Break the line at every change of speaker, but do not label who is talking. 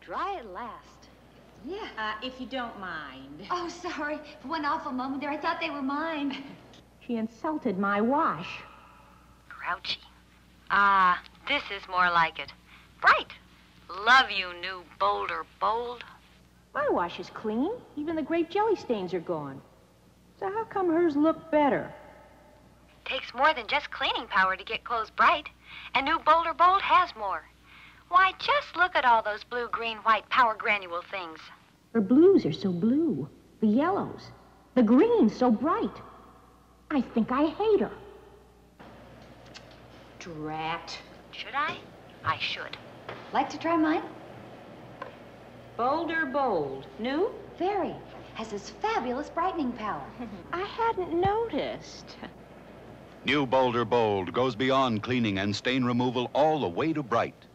dry at last.
Yeah.
Uh, if you don't mind.
Oh, sorry. For one awful moment there, I thought they were mine.
She insulted my wash.
Grouchy. Ah, this is more like it. Bright. Love you, new Boulder Bold.
My wash is clean. Even the grape jelly stains are gone. So how come hers look better?
Takes more than just cleaning power to get clothes bright, and new Boulder Bold has more. Why, just look at all those blue, green, white power granule things.
Her blues are so blue, the yellows, the greens so bright. I think I hate her.
Drat.
Should I? I should.
Like to try mine?
Boulder bold. New?
Very. Has this fabulous brightening power.
I hadn't noticed.
New Boulder Bold goes beyond cleaning and stain removal all the way to bright.